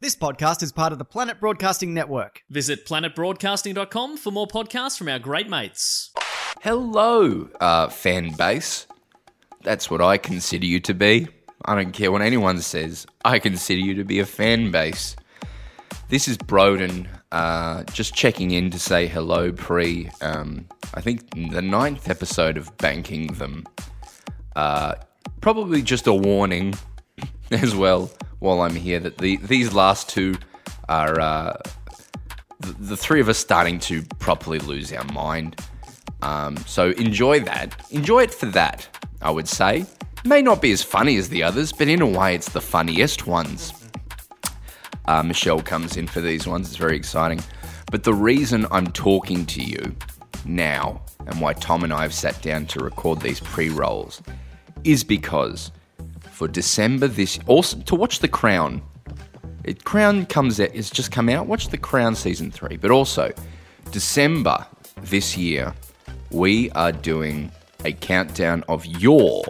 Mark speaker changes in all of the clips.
Speaker 1: This podcast is part of the Planet Broadcasting Network.
Speaker 2: Visit planetbroadcasting.com for more podcasts from our great mates.
Speaker 3: Hello, uh, fan base. That's what I consider you to be. I don't care what anyone says. I consider you to be a fan base. This is Broden, uh, just checking in to say hello pre, um, I think, the ninth episode of Banking Them. Uh, probably just a warning as well while I'm here that the, these last two are uh, th- the three of us starting to properly lose our mind. Um, so enjoy that. Enjoy it for that, I would say. May not be as funny as the others, but in a way, it's the funniest ones. Uh, Michelle comes in for these ones. It's very exciting. But the reason I'm talking to you now and why Tom and I have sat down to record these pre rolls is because for December this also to watch The Crown. It Crown comes out it's just come out. Watch The Crown season three, but also December this year we are doing a countdown of your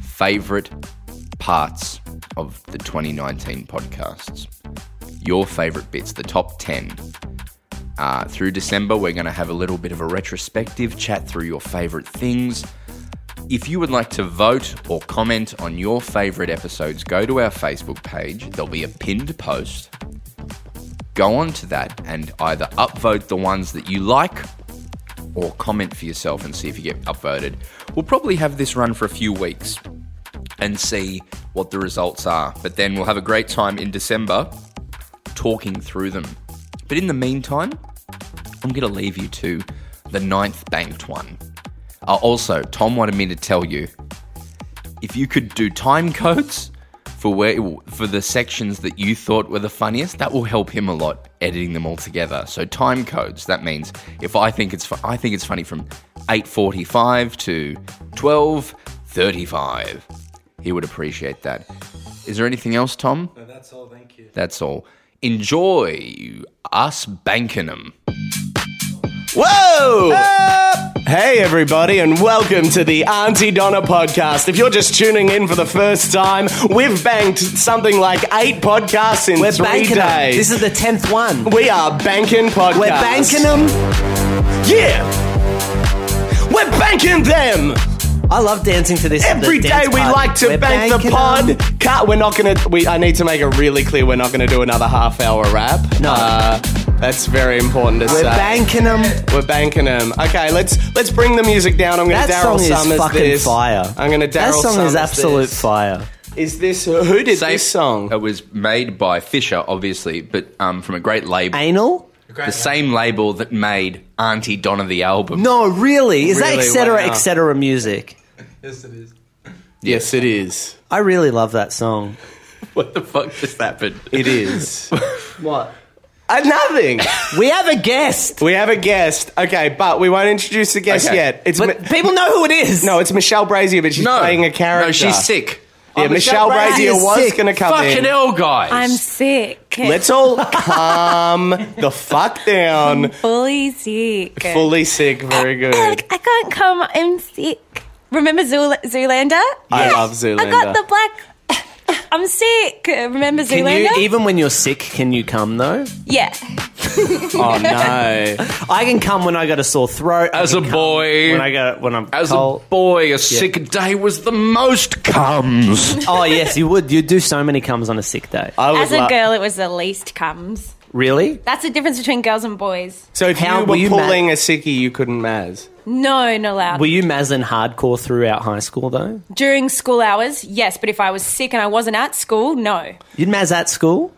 Speaker 3: favorite parts of the 2019 podcasts. Your favorite bits, the top 10. Uh, through December, we're going to have a little bit of a retrospective, chat through your favorite things. If you would like to vote or comment on your favorite episodes, go to our Facebook page. There'll be a pinned post. Go on to that and either upvote the ones that you like or comment for yourself and see if you get upvoted. We'll probably have this run for a few weeks and see what the results are. But then we'll have a great time in December talking through them. But in the meantime, I'm going to leave you to the ninth banked one. Uh, also, Tom wanted me to tell you if you could do time codes for where for the sections that you thought were the funniest, that will help him a lot editing them all together. So time codes. That means if I think it's fu- I think it's funny from 8:45 to 12:35, he would appreciate that. Is there anything else, Tom? No, that's all. Thank you. That's all. Enjoy us banking 'em.
Speaker 4: Whoa! Hey, everybody, and welcome to the Auntie Donna podcast. If you're just tuning in for the first time, we've banked something like eight podcasts in
Speaker 5: We're
Speaker 4: three
Speaker 5: banking them.
Speaker 4: days.
Speaker 5: This is the tenth one.
Speaker 4: we are banking podcasts.
Speaker 5: We're banking them.
Speaker 4: Yeah! We're banking them!
Speaker 5: I love dancing to this.
Speaker 4: Every
Speaker 5: the
Speaker 4: day
Speaker 5: dance
Speaker 4: we
Speaker 5: party.
Speaker 4: like to
Speaker 5: We're
Speaker 4: bank the
Speaker 5: banking
Speaker 4: pod.
Speaker 5: 'em.
Speaker 4: Cut. We're not gonna. We. I need to make it really clear. We're not gonna do another half-hour rap.
Speaker 5: No.
Speaker 4: Uh, that's very important to
Speaker 5: We're
Speaker 4: say.
Speaker 5: banking them.
Speaker 4: We're banking them. Okay, let's let's bring the music down. I'm going
Speaker 5: That
Speaker 4: to Daryl
Speaker 5: song is
Speaker 4: Summers
Speaker 5: fucking
Speaker 4: this.
Speaker 5: fire.
Speaker 4: I'm going to Daryl
Speaker 5: That song
Speaker 4: Summers
Speaker 5: is absolute
Speaker 4: this.
Speaker 5: fire.
Speaker 4: Is this who did
Speaker 3: Safe-
Speaker 4: this song?
Speaker 3: It was made by Fisher, obviously, but um, from a great label.
Speaker 5: Anal?
Speaker 3: the same label that made Auntie Donna the album.
Speaker 5: No, really? Is that
Speaker 4: Really,
Speaker 5: etc.
Speaker 4: wow.
Speaker 5: etc. music?
Speaker 4: Yes, it is.
Speaker 5: I really love that song.
Speaker 3: What the fuck just happened?
Speaker 4: It is.
Speaker 5: What?
Speaker 4: Uh, nothing.
Speaker 5: We have a guest,
Speaker 4: we have a guest. Okay, but we won't introduce the guest
Speaker 3: Okay.
Speaker 4: yet. It's
Speaker 5: but
Speaker 4: Mi-
Speaker 5: people know who it is.
Speaker 4: no, it's Michelle Brazier, but she's
Speaker 3: No,
Speaker 4: playing a character.
Speaker 3: No, she's sick.
Speaker 4: Yeah, Michelle,
Speaker 5: Oh, Michelle
Speaker 4: Brazier
Speaker 5: Brazier is
Speaker 4: was
Speaker 5: sick.
Speaker 4: going to come
Speaker 3: Fucking
Speaker 4: in.
Speaker 3: hell, guys!
Speaker 6: I'm sick.
Speaker 4: Let's all calm the fuck down.
Speaker 6: fully sick.
Speaker 4: Fully sick. Very
Speaker 5: Uh,
Speaker 4: good.
Speaker 6: Look, I can't come. I'm sick. Remember Zool- Zoolander?
Speaker 4: I love Zoolander.
Speaker 6: I got the black. I'm sick. Remember
Speaker 5: Can
Speaker 6: Zoolander?
Speaker 5: you, even when you're sick, can you come though?
Speaker 6: yeah.
Speaker 4: oh no.
Speaker 5: I can come when I got a sore throat. I
Speaker 3: as a
Speaker 5: can come
Speaker 3: boy,
Speaker 5: when I got when I'm
Speaker 3: as
Speaker 5: cold.
Speaker 3: a boy, a sick day was the most comes.
Speaker 5: oh yes, you would. You do so many comes on a sick day.
Speaker 4: I would
Speaker 6: As a
Speaker 4: lo-
Speaker 6: girl, it was the least comes.
Speaker 5: really?
Speaker 6: That's the difference between girls and boys.
Speaker 4: So if
Speaker 5: How
Speaker 4: you
Speaker 5: were
Speaker 4: were
Speaker 5: you
Speaker 4: pulling a sickie, you couldn't maz.
Speaker 6: No, not allowed.
Speaker 5: Were you Mazin hardcore throughout high school though?
Speaker 6: During school hours, yes, but if I was sick and I wasn't at school, no.
Speaker 5: You'd Maz at school.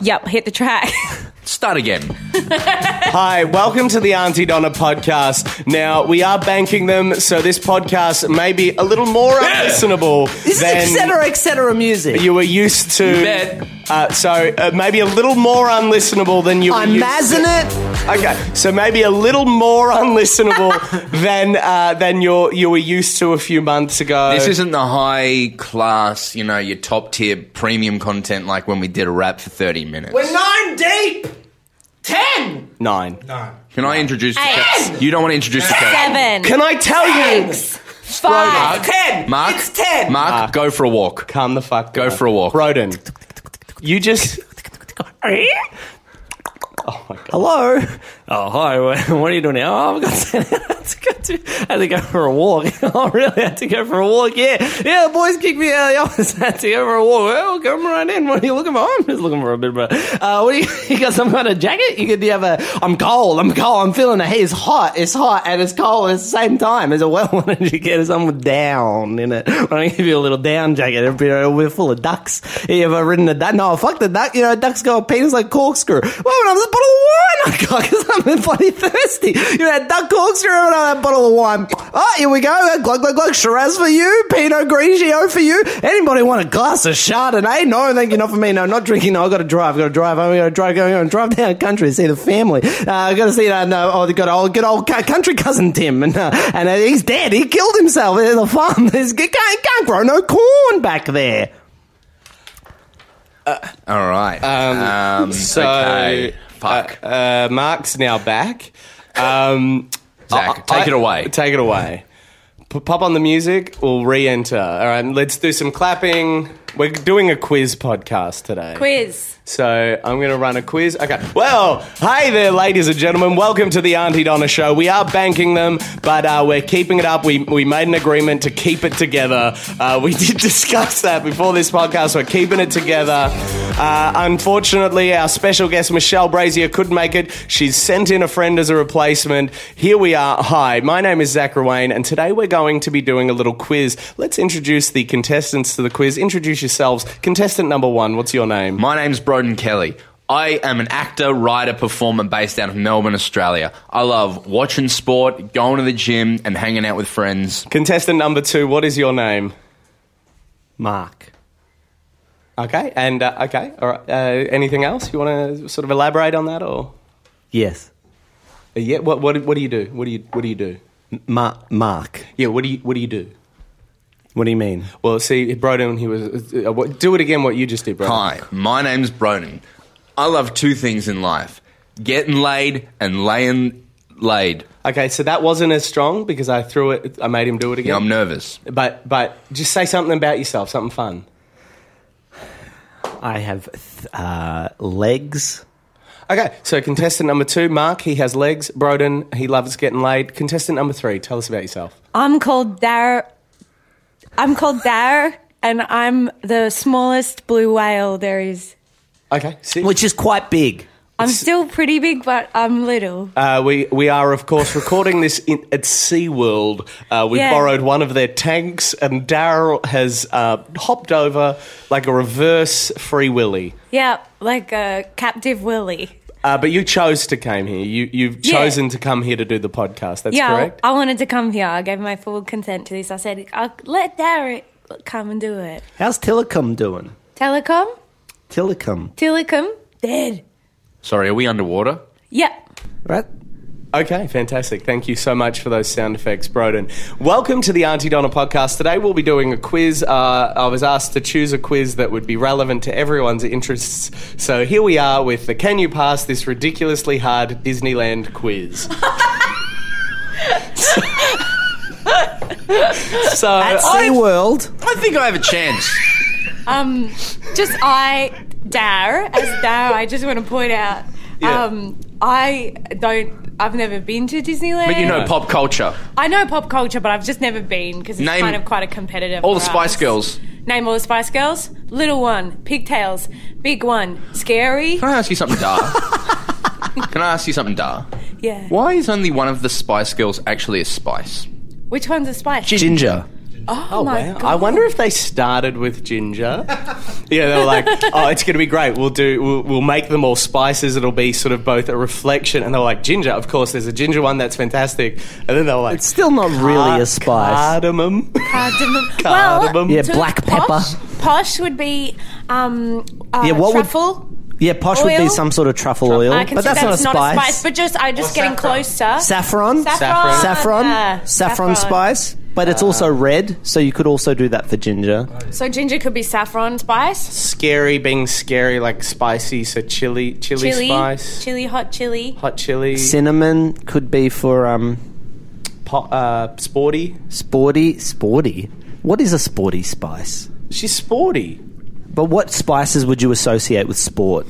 Speaker 6: Yep, hit the track.
Speaker 3: Start again.
Speaker 4: Hi, welcome to the Auntie Donna podcast. Now we are banking them, so this podcast may be a little more unlistenable
Speaker 5: This
Speaker 4: than
Speaker 5: is etc. etc. music.
Speaker 4: you were used to.
Speaker 3: You bet.
Speaker 4: Uh, so uh, maybe a little more unlistenable than you were
Speaker 5: I'm
Speaker 4: used
Speaker 5: Mazin
Speaker 4: to.
Speaker 5: it.
Speaker 4: Okay, so maybe a little more unlistenable than uh, than you you were used to a few months ago.
Speaker 3: This isn't the high class, you know, your top tier premium content like when we did a rap for 30 minutes.
Speaker 5: nine deep. Ten.
Speaker 4: nine.
Speaker 3: Can I introduce the ca- You don't want to introduce the character.
Speaker 6: Seven.
Speaker 4: Can I tell you?
Speaker 6: Five.
Speaker 5: Ten.
Speaker 3: Mark, Mark, go for a walk.
Speaker 4: Calm the fuck.
Speaker 3: Go for a walk.
Speaker 4: Broden. You just
Speaker 5: Hello. Oh, hi. What are you doing now? Oh, I've got I had to go to, I had to go for a walk. Oh, really? I had to go for a walk. Yeah. Yeah, the boys kicked me out of the office. I had to go for a walk. Well, come right in. What are you looking for? I'm just looking for a bit of a, uh, what do you, you got some kind of jacket? You could, do you have a, I'm cold. I'm cold. I'm feeling the heat. It's hot. It's hot and it's cold at the same time. As a well, why don't you get someone down in it? Why don't I give you a little down jacket? It'll be, we're full of ducks. You ever ridden a duck? No, fuck the duck. You know, uh, ducks got a penis like corkscrew. Well, when I'm just bottle of wine I got because I'm bloody thirsty. You know, duck corkscrew and that bottle of wine. Oh, here we go. Glug, glug, glug. Shiraz for you. Pinot Grigio for you. Anybody want a glass of Chardonnay? No, thank you. Not for me. No, not drinking. No, i got to drive. got to drive home. i got to drive, go home, drive down country to see the family. Uh, i got to see that. no, oh, they got old, good old cu- country cousin Tim. And, uh, and uh, he's dead. He killed himself. There's a farm. There's, can't, can't grow no corn back there.
Speaker 3: All right. Um,
Speaker 4: so,
Speaker 3: okay. Fuck.
Speaker 4: Uh, Mark's now back. Um,
Speaker 3: Zach,
Speaker 4: I-
Speaker 3: take
Speaker 4: I-
Speaker 3: it away.
Speaker 4: Take it away. P- pop on the music. We'll re-enter. All right, let's do some clapping. We're doing a quiz podcast today.
Speaker 6: Quiz.
Speaker 4: So I'm going to run a quiz. Okay. Well, hey there, ladies and gentlemen. Welcome to the Auntie Donna Show. We are banking them, but uh, we're keeping it up. We, we made an agreement to keep it together. Uh, we did discuss that before this podcast. We're keeping it together. Uh, unfortunately, our special guest, Michelle Brazier, couldn't make it. She's sent in a friend as a replacement. Here we are. Hi, my name is Zach Rawain, and today we're going to be doing a little quiz. Let's introduce the contestants to the quiz. Introduce yourselves. Contestant number one, what's your name?
Speaker 3: My name's Broden Kelly. I am an actor, writer, performer based out of Melbourne, Australia. I love watching sport, going to the gym, and hanging out with friends.
Speaker 4: Contestant number two, what is your name?
Speaker 5: Mark.
Speaker 4: Okay, and uh, okay, all right. Uh, anything else you want to sort of elaborate on that, or
Speaker 5: Yes.
Speaker 4: Uh, yeah? What, what what do you do? What do you what do you do?
Speaker 5: Ma- Mark.
Speaker 4: Yeah, what do you what do you do?
Speaker 5: What do you mean?
Speaker 4: Well, see, Broden, he was. Uh, what, do it again. What you just did, Broden.
Speaker 3: Hi, my name's Broden. I love two things in life getting laid and laying laid.
Speaker 4: Okay, so that wasn't as strong because I threw it. I made him do it
Speaker 3: Yeah,
Speaker 4: again.
Speaker 3: I'm nervous.
Speaker 4: but but just say something about yourself, something fun.
Speaker 5: I have th- uh, legs.
Speaker 4: Okay, so contestant number two, Mark, he has legs. Broden, he loves getting laid. Contestant number three, tell us about yourself.
Speaker 6: I'm called Dar. I'm called Dar, and I'm the smallest blue whale there is.
Speaker 4: Okay, see?
Speaker 5: which is quite big.
Speaker 6: I'm still pretty big, but I'm little.
Speaker 4: Uh, we we are of course recording this in, at SeaWorld. Uh, we
Speaker 6: Yeah.
Speaker 4: borrowed one of their tanks, and Daryl has uh, hopped over like a reverse free willy.
Speaker 6: yeah, like a captive willy.
Speaker 4: Uh, but you chose to come here. You you've
Speaker 6: Yeah.
Speaker 4: chosen to come here to do the podcast. That's
Speaker 6: yeah, I-
Speaker 4: correct.
Speaker 6: I wanted to come here. I gave my full consent to this. I said, I'll let Derek come and do it.
Speaker 5: How's Telecom doing?
Speaker 6: Telecom?
Speaker 5: Telecom,
Speaker 6: Telecom? Dead.
Speaker 3: Sorry, are we underwater?
Speaker 6: Yeah.
Speaker 5: right?
Speaker 4: Okay, fantastic. Thank you so much for those sound effects, Broden. Welcome to the Auntie Donna podcast. Today we'll be doing a quiz. Uh, I was asked to choose a quiz that would be relevant to everyone's interests. So here we are with the Can You Pass This Ridiculously Hard Disneyland Quiz. so I,
Speaker 5: SeaWorld.
Speaker 3: I think I have a chance.
Speaker 6: Um, just I, Dar, as Dar, I just want to point out,
Speaker 4: Yeah.
Speaker 6: um, I don't, I've never been to Disneyland.
Speaker 3: But you know pop culture.
Speaker 6: I know pop culture, but I've just never been because it's
Speaker 3: Name
Speaker 6: kind of quite a competitive.
Speaker 3: All the
Speaker 6: for
Speaker 3: Spice
Speaker 6: us.
Speaker 3: Girls.
Speaker 6: Name all the Spice Girls. Little one, pigtails. Big one, scary.
Speaker 3: Can I ask you something, Dar? Can I ask you something, Dar?
Speaker 6: Yeah.
Speaker 3: Why is only one of the Spice Girls actually a spice?
Speaker 6: Which one's a spice?
Speaker 5: Ginger.
Speaker 6: oh, my god.
Speaker 4: I wonder if they started with ginger. yeah, they were like, "Oh, it's going to be great. We'll do. We'll, we'll make them all spices. It'll be sort of both a reflection." And they were like, "Ginger, of course. There's a ginger one that's fantastic." And then they were like, "Ah,
Speaker 5: It's still not really a spice.
Speaker 4: Cardamom.
Speaker 6: Cardamom.
Speaker 4: Cardamom.
Speaker 6: Well,
Speaker 5: Yeah,
Speaker 6: to
Speaker 5: black
Speaker 6: posh, Posh would be um, uh,
Speaker 5: Yeah, what would-
Speaker 6: truffle.
Speaker 5: Yeah, posh would be
Speaker 6: Oil?
Speaker 5: some sort of truffle oil,
Speaker 6: I can
Speaker 5: but
Speaker 6: see
Speaker 5: that's, not, a spice.
Speaker 6: But just I'm just getting closer.
Speaker 5: Saffron,
Speaker 6: Saffron.
Speaker 5: saffron,
Speaker 6: Yeah,
Speaker 5: saffron, spice. But it's also red, so you could also do that for ginger.
Speaker 6: So ginger could be saffron spice,
Speaker 4: scary being scary, like spicy. So chili, chili,
Speaker 6: chili,
Speaker 4: spice,
Speaker 6: chili hot chili.
Speaker 4: hot chili,
Speaker 5: Cinnamon could be for um,
Speaker 4: po- uh, sporty.
Speaker 5: sporty. Sporty. What is a sporty spice?
Speaker 4: She's sporty.
Speaker 5: But what spices would you associate with sport?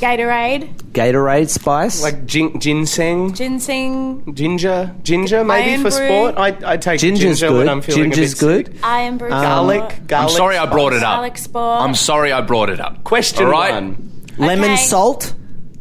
Speaker 6: Gatorade,
Speaker 5: Gatorade spice.
Speaker 4: Like gin- ginseng,
Speaker 6: ginseng,
Speaker 4: ginger, ginger maybe
Speaker 6: Iron
Speaker 4: for
Speaker 6: brew.
Speaker 4: sport. I, I take
Speaker 5: ginger's
Speaker 4: ginger
Speaker 5: good.
Speaker 4: when I'm feeling
Speaker 5: ginger's
Speaker 4: a bit
Speaker 5: good.
Speaker 4: sick.
Speaker 6: iron brew,
Speaker 4: Garlic,
Speaker 3: I'm
Speaker 4: garlic.
Speaker 3: sorry I brought it up.
Speaker 6: garlic spore.
Speaker 3: I'm sorry I brought it up.
Speaker 4: Question
Speaker 3: All right?
Speaker 4: one:
Speaker 5: Lemon
Speaker 6: Okay.
Speaker 5: salt.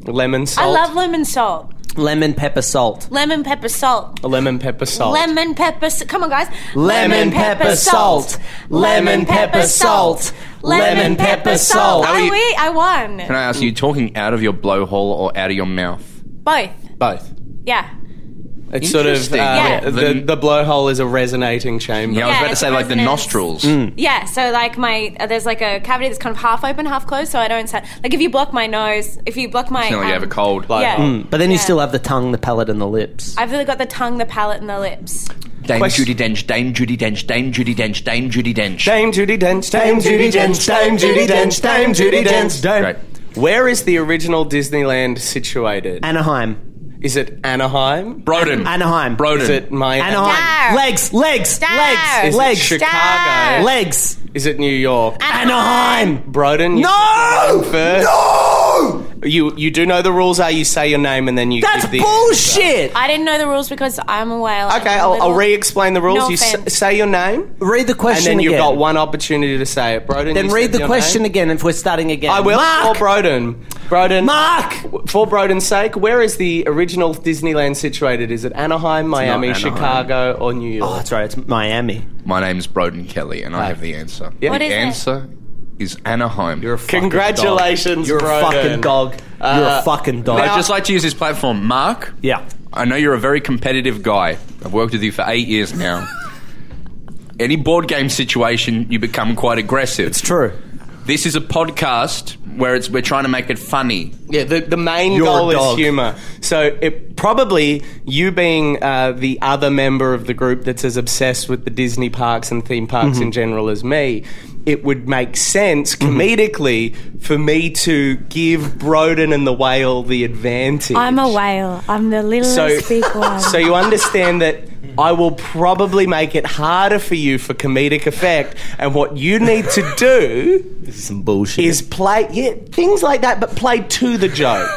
Speaker 4: lemon
Speaker 6: I
Speaker 4: salt,
Speaker 6: love lemon salt,
Speaker 5: Lemon pepper salt.
Speaker 6: lemon pepper salt,
Speaker 4: lemon pepper salt,
Speaker 6: lemon pepper. s- Come on, guys.
Speaker 5: Lemon pepper salt. Lemon pepper salt. Lemon pepper salt.
Speaker 3: How are
Speaker 6: I
Speaker 3: you-
Speaker 6: win. I
Speaker 3: Can
Speaker 6: won.
Speaker 3: I ask you, talking out of your blowhole or out of your mouth?
Speaker 6: Both.
Speaker 4: both.
Speaker 6: Yeah.
Speaker 4: It's sort of uh,
Speaker 3: Interesting.
Speaker 6: Yeah.
Speaker 4: the the blowhole is a resonating chamber.
Speaker 3: Yeah, I was
Speaker 6: Yeah,
Speaker 3: about to
Speaker 6: it's
Speaker 3: say like the
Speaker 6: resonance.
Speaker 3: nostrils.
Speaker 6: Mm. Yeah, so like my uh, there's like a cavity that's kind of half open, half closed, so I don't sa- like if you block my nose, if you block my
Speaker 3: Feeling like you
Speaker 6: um,
Speaker 3: have a cold.
Speaker 6: Yeah,
Speaker 5: mm, But then you
Speaker 6: Yeah.
Speaker 5: still have the tongue, the palate, and the lips.
Speaker 6: I've really got the tongue, the palate, and the lips.
Speaker 3: Dame
Speaker 4: Question-
Speaker 3: Judy Dench, Dame Judy Dench, Dame Judy Dench, Dame Judy Dench.
Speaker 4: Dame Judy Dench, Dame Judy Dench, Dame Judy Dench, Dame Judy Dench, Dame.
Speaker 3: Great.
Speaker 4: Where is the original Disneyland situated?
Speaker 5: Anaheim.
Speaker 4: Is it Anaheim?
Speaker 3: Broden.
Speaker 5: Anaheim.
Speaker 3: Broden.
Speaker 4: Is it Miami?
Speaker 5: Anaheim.
Speaker 6: Dar.
Speaker 5: Legs. Legs.
Speaker 6: Dar.
Speaker 5: Legs.
Speaker 4: Is it
Speaker 5: legs.
Speaker 4: Chicago?
Speaker 6: Star.
Speaker 5: legs.
Speaker 4: Is it New York?
Speaker 5: Anaheim.
Speaker 4: Broden? you
Speaker 5: No!
Speaker 4: First.
Speaker 5: No!
Speaker 4: You you do know the rules are you say your name and then you
Speaker 5: That's
Speaker 4: give the
Speaker 5: bullshit.
Speaker 6: I didn't know the rules because I'm a whale.
Speaker 4: Okay,
Speaker 6: I'm a
Speaker 4: I'll, I'll
Speaker 6: little-
Speaker 4: re-explain the rules.
Speaker 6: No
Speaker 4: you s-
Speaker 6: offense.
Speaker 4: say your name,
Speaker 5: Read the
Speaker 4: and
Speaker 5: question
Speaker 4: then you've
Speaker 5: again.
Speaker 4: got one opportunity to say it. Broden,
Speaker 5: Then
Speaker 4: you
Speaker 5: read
Speaker 4: said
Speaker 5: the
Speaker 4: your
Speaker 5: question
Speaker 4: name.
Speaker 5: again if we're starting again.
Speaker 4: I will Oh,
Speaker 5: Mark.
Speaker 4: for Broden. Broden,
Speaker 5: Mark.
Speaker 4: for Broden's sake, where is the original Disneyland situated? Is it Anaheim, Miami,
Speaker 3: Anaheim.
Speaker 4: Chicago, or New York?
Speaker 5: Oh, that's right. It's Miami.
Speaker 3: My name's Broden Kelly, and I have the answer.
Speaker 6: What
Speaker 3: the
Speaker 6: is it?
Speaker 3: answer is Anaheim. You're a f-
Speaker 4: Congratulations, Uh,
Speaker 5: You're
Speaker 4: Broden.
Speaker 5: a fucking dog. You're a fucking dog.
Speaker 3: I'd just like to use this platform. Mark,
Speaker 5: yeah.
Speaker 3: I know you're a very competitive guy. I've worked with you for eight years now. Any board game situation, you become quite aggressive.
Speaker 5: It's true.
Speaker 3: This is a podcast where it's we're trying to make it funny.
Speaker 4: Yeah, the, the main
Speaker 5: You're a
Speaker 4: goal is
Speaker 5: dog.
Speaker 4: humour. So it probably you being uh, the other member of the group that's as obsessed with the Disney parks and theme parks in general as me, it would make sense comedically for me to give Broden and the whale the advantage.
Speaker 6: I'm a whale. I'm the
Speaker 4: So-
Speaker 6: littlest big one.
Speaker 4: So you understand that I will probably make it harder for you for comedic effect, and what you need to do
Speaker 5: Some bullshit.
Speaker 4: is play yeah, things like that, but play to the joke.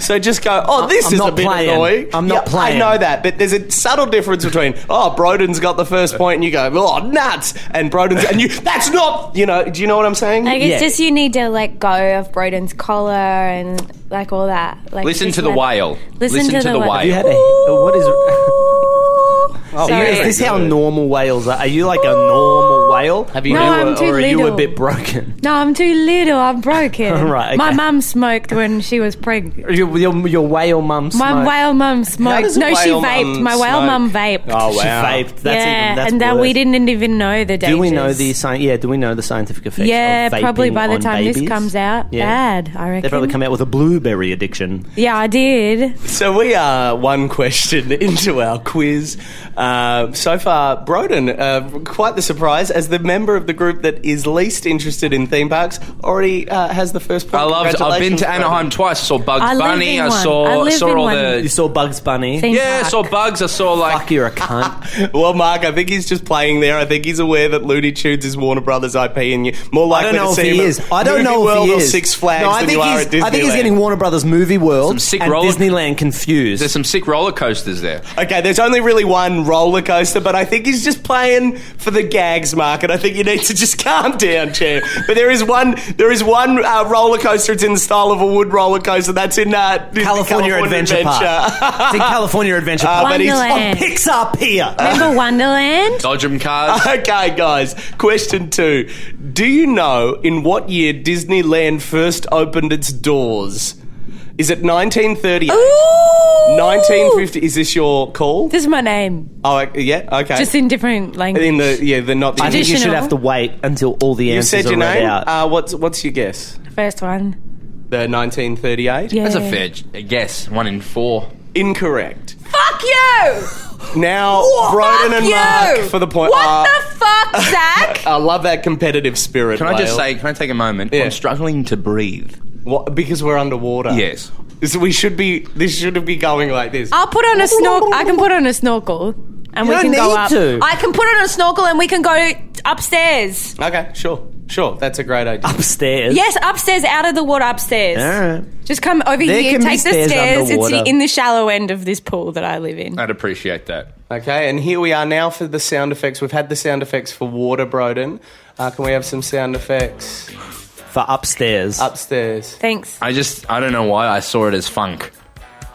Speaker 4: So just go, oh, this
Speaker 5: I'm
Speaker 4: is
Speaker 5: not
Speaker 4: a bit
Speaker 5: playing.
Speaker 4: annoying.
Speaker 5: I'm not
Speaker 4: Yeah,
Speaker 5: playing.
Speaker 4: I know that, but there's a subtle difference between, oh, Broden's got the first point, and you go, oh, nuts, and Broden's, and you, that's not, you know, do you know what I'm saying?
Speaker 6: like it's
Speaker 5: Yeah.
Speaker 6: just you need to let go of Broden's collar and like all that. Like
Speaker 3: Listen
Speaker 6: just
Speaker 3: to the
Speaker 6: let-
Speaker 3: whale.
Speaker 6: Listen,
Speaker 3: Listen
Speaker 6: to, the, whale.
Speaker 5: you had a, what is?
Speaker 6: Sorry.
Speaker 4: Oh,
Speaker 5: Is this how normal whales are? Are you like a normal whale? Have
Speaker 4: you
Speaker 6: No,
Speaker 4: know,
Speaker 6: I'm
Speaker 5: or,
Speaker 6: too
Speaker 5: or are you a
Speaker 6: little.
Speaker 5: bit broken?
Speaker 6: No, I'm too little. I'm broken.
Speaker 5: Right, okay.
Speaker 6: My mum smoked when she was pregnant.
Speaker 5: Your, your, your whale mum
Speaker 6: My
Speaker 5: smoked.
Speaker 6: whale mum smoked.
Speaker 4: does a
Speaker 6: No, she
Speaker 4: whale
Speaker 6: vaped.
Speaker 4: mum
Speaker 6: My whale
Speaker 4: smoke?
Speaker 6: mum vaped.
Speaker 4: Oh,
Speaker 5: She
Speaker 4: wow.
Speaker 5: vaped. That's
Speaker 6: yeah,
Speaker 5: even that's
Speaker 6: and that we
Speaker 5: worse.
Speaker 6: didn't even know the dangers.
Speaker 5: Do we know the science? Yeah, do we know the scientific effects?
Speaker 6: Yeah,
Speaker 5: of vaping
Speaker 6: probably by the
Speaker 5: on
Speaker 6: time this
Speaker 5: babies?
Speaker 6: comes out,
Speaker 5: Yeah.
Speaker 6: bad. I reckon.
Speaker 5: They probably come out with a blueberry addiction.
Speaker 6: yeah, I did.
Speaker 4: So we are one question into our quiz. Uh, so far, Broden, uh, quite the surprise, as the member of the group that is least interested in theme parks, already uh, has the first point.
Speaker 3: I loved. I've been
Speaker 4: Congratulations,
Speaker 3: to Anaheim
Speaker 4: Broden.
Speaker 3: twice. I saw Bugs
Speaker 6: I live
Speaker 3: Bunny.
Speaker 6: in
Speaker 3: I
Speaker 6: one.
Speaker 3: saw.
Speaker 6: I live
Speaker 3: saw
Speaker 6: in
Speaker 3: all
Speaker 6: one.
Speaker 5: You
Speaker 3: the.
Speaker 5: saw Bugs Bunny.
Speaker 6: Theme
Speaker 3: Yeah, I
Speaker 6: park.
Speaker 3: saw Bugs. I saw like.
Speaker 5: Fuck, you're a cunt.
Speaker 4: Well, Mark, I think he's just playing there. I think he's aware that Looney Tunes is Warner Brothers IP, and you're more
Speaker 5: I
Speaker 4: likely
Speaker 5: don't know
Speaker 4: to
Speaker 5: if
Speaker 4: see him
Speaker 5: he
Speaker 4: at
Speaker 5: is. I don't
Speaker 4: Movie
Speaker 5: know if
Speaker 4: World
Speaker 5: he
Speaker 4: or
Speaker 5: is.
Speaker 4: Six Flags
Speaker 5: No, I
Speaker 4: than
Speaker 5: think
Speaker 4: you are
Speaker 5: he's.
Speaker 4: at Disneyland.
Speaker 5: I think he's getting Warner Brothers Movie World
Speaker 3: Some sick
Speaker 5: and
Speaker 3: roller-
Speaker 5: Disneyland confused.
Speaker 3: There's some sick roller coasters there.
Speaker 4: Okay, there's only really one roller coaster, but I think he's just playing for the gags, Mark. And I think you need to just calm down, champ. But there is one, there is one uh, roller coaster. It's in the style of a wood roller coaster. That's in uh, Disney
Speaker 5: California, Adventure, Park. it's in
Speaker 4: Ah.
Speaker 5: California Adventure Park.
Speaker 4: but he's-
Speaker 5: on
Speaker 6: Wonderland.
Speaker 5: Pixar Pier.
Speaker 6: Oh, Remember Wonderland?
Speaker 3: Dodgem cars.
Speaker 4: okay, guys. Question two: Do you know in what year Disneyland first opened its doors? Is it 1938?
Speaker 6: Ooh,
Speaker 4: 1950? Is this your call?
Speaker 6: This is my name,
Speaker 4: Oh, yeah. Okay.
Speaker 6: just in different language.
Speaker 4: in the yeah, the not the
Speaker 5: I think you should
Speaker 6: Additional.
Speaker 5: have to wait until all the
Speaker 4: You
Speaker 5: answers
Speaker 4: said your
Speaker 5: are read
Speaker 4: name.
Speaker 5: out.
Speaker 4: Uh, what's what's your guess?
Speaker 6: First one.
Speaker 4: The 1938.
Speaker 6: Yeah.
Speaker 3: That's a fair j- guess. One in four.
Speaker 4: Incorrect.
Speaker 6: Fuck you!
Speaker 4: Now Broden
Speaker 6: Fuck
Speaker 4: and
Speaker 6: you!
Speaker 4: Mark for the point.
Speaker 6: What
Speaker 4: Uh,
Speaker 6: the fuck, Zach?
Speaker 4: I love that competitive spirit.
Speaker 3: Can I just
Speaker 4: Lyle.
Speaker 3: say? Can I take a moment?
Speaker 4: Yeah.
Speaker 3: I'm struggling to breathe.
Speaker 4: What- because we're underwater?
Speaker 3: Yes.
Speaker 4: So we should be. This should be going like this.
Speaker 6: I'll put on a snorkel. I can put on a snorkel, and we
Speaker 5: don't
Speaker 6: can go
Speaker 5: need
Speaker 6: up.
Speaker 5: to.
Speaker 6: I can put on a snorkel, and we can go upstairs.
Speaker 4: Okay, sure. Sure, that's a great idea.
Speaker 5: Upstairs.
Speaker 6: Yes, upstairs, out of the water, upstairs.
Speaker 5: Alright.
Speaker 6: Just come over
Speaker 5: There
Speaker 6: here,
Speaker 5: can be
Speaker 6: take the
Speaker 5: stairs
Speaker 6: stairs. It's
Speaker 5: underwater.
Speaker 6: the, in the shallow end of this pool that I live in.
Speaker 3: I'd appreciate that.
Speaker 4: Okay, and here we are now for the sound effects. We've had the sound effects for water, Broden. Uh, can we have some sound effects
Speaker 5: For upstairs.
Speaker 4: Uh, upstairs?
Speaker 6: Thanks.
Speaker 3: I just I don't know why I saw it as funk.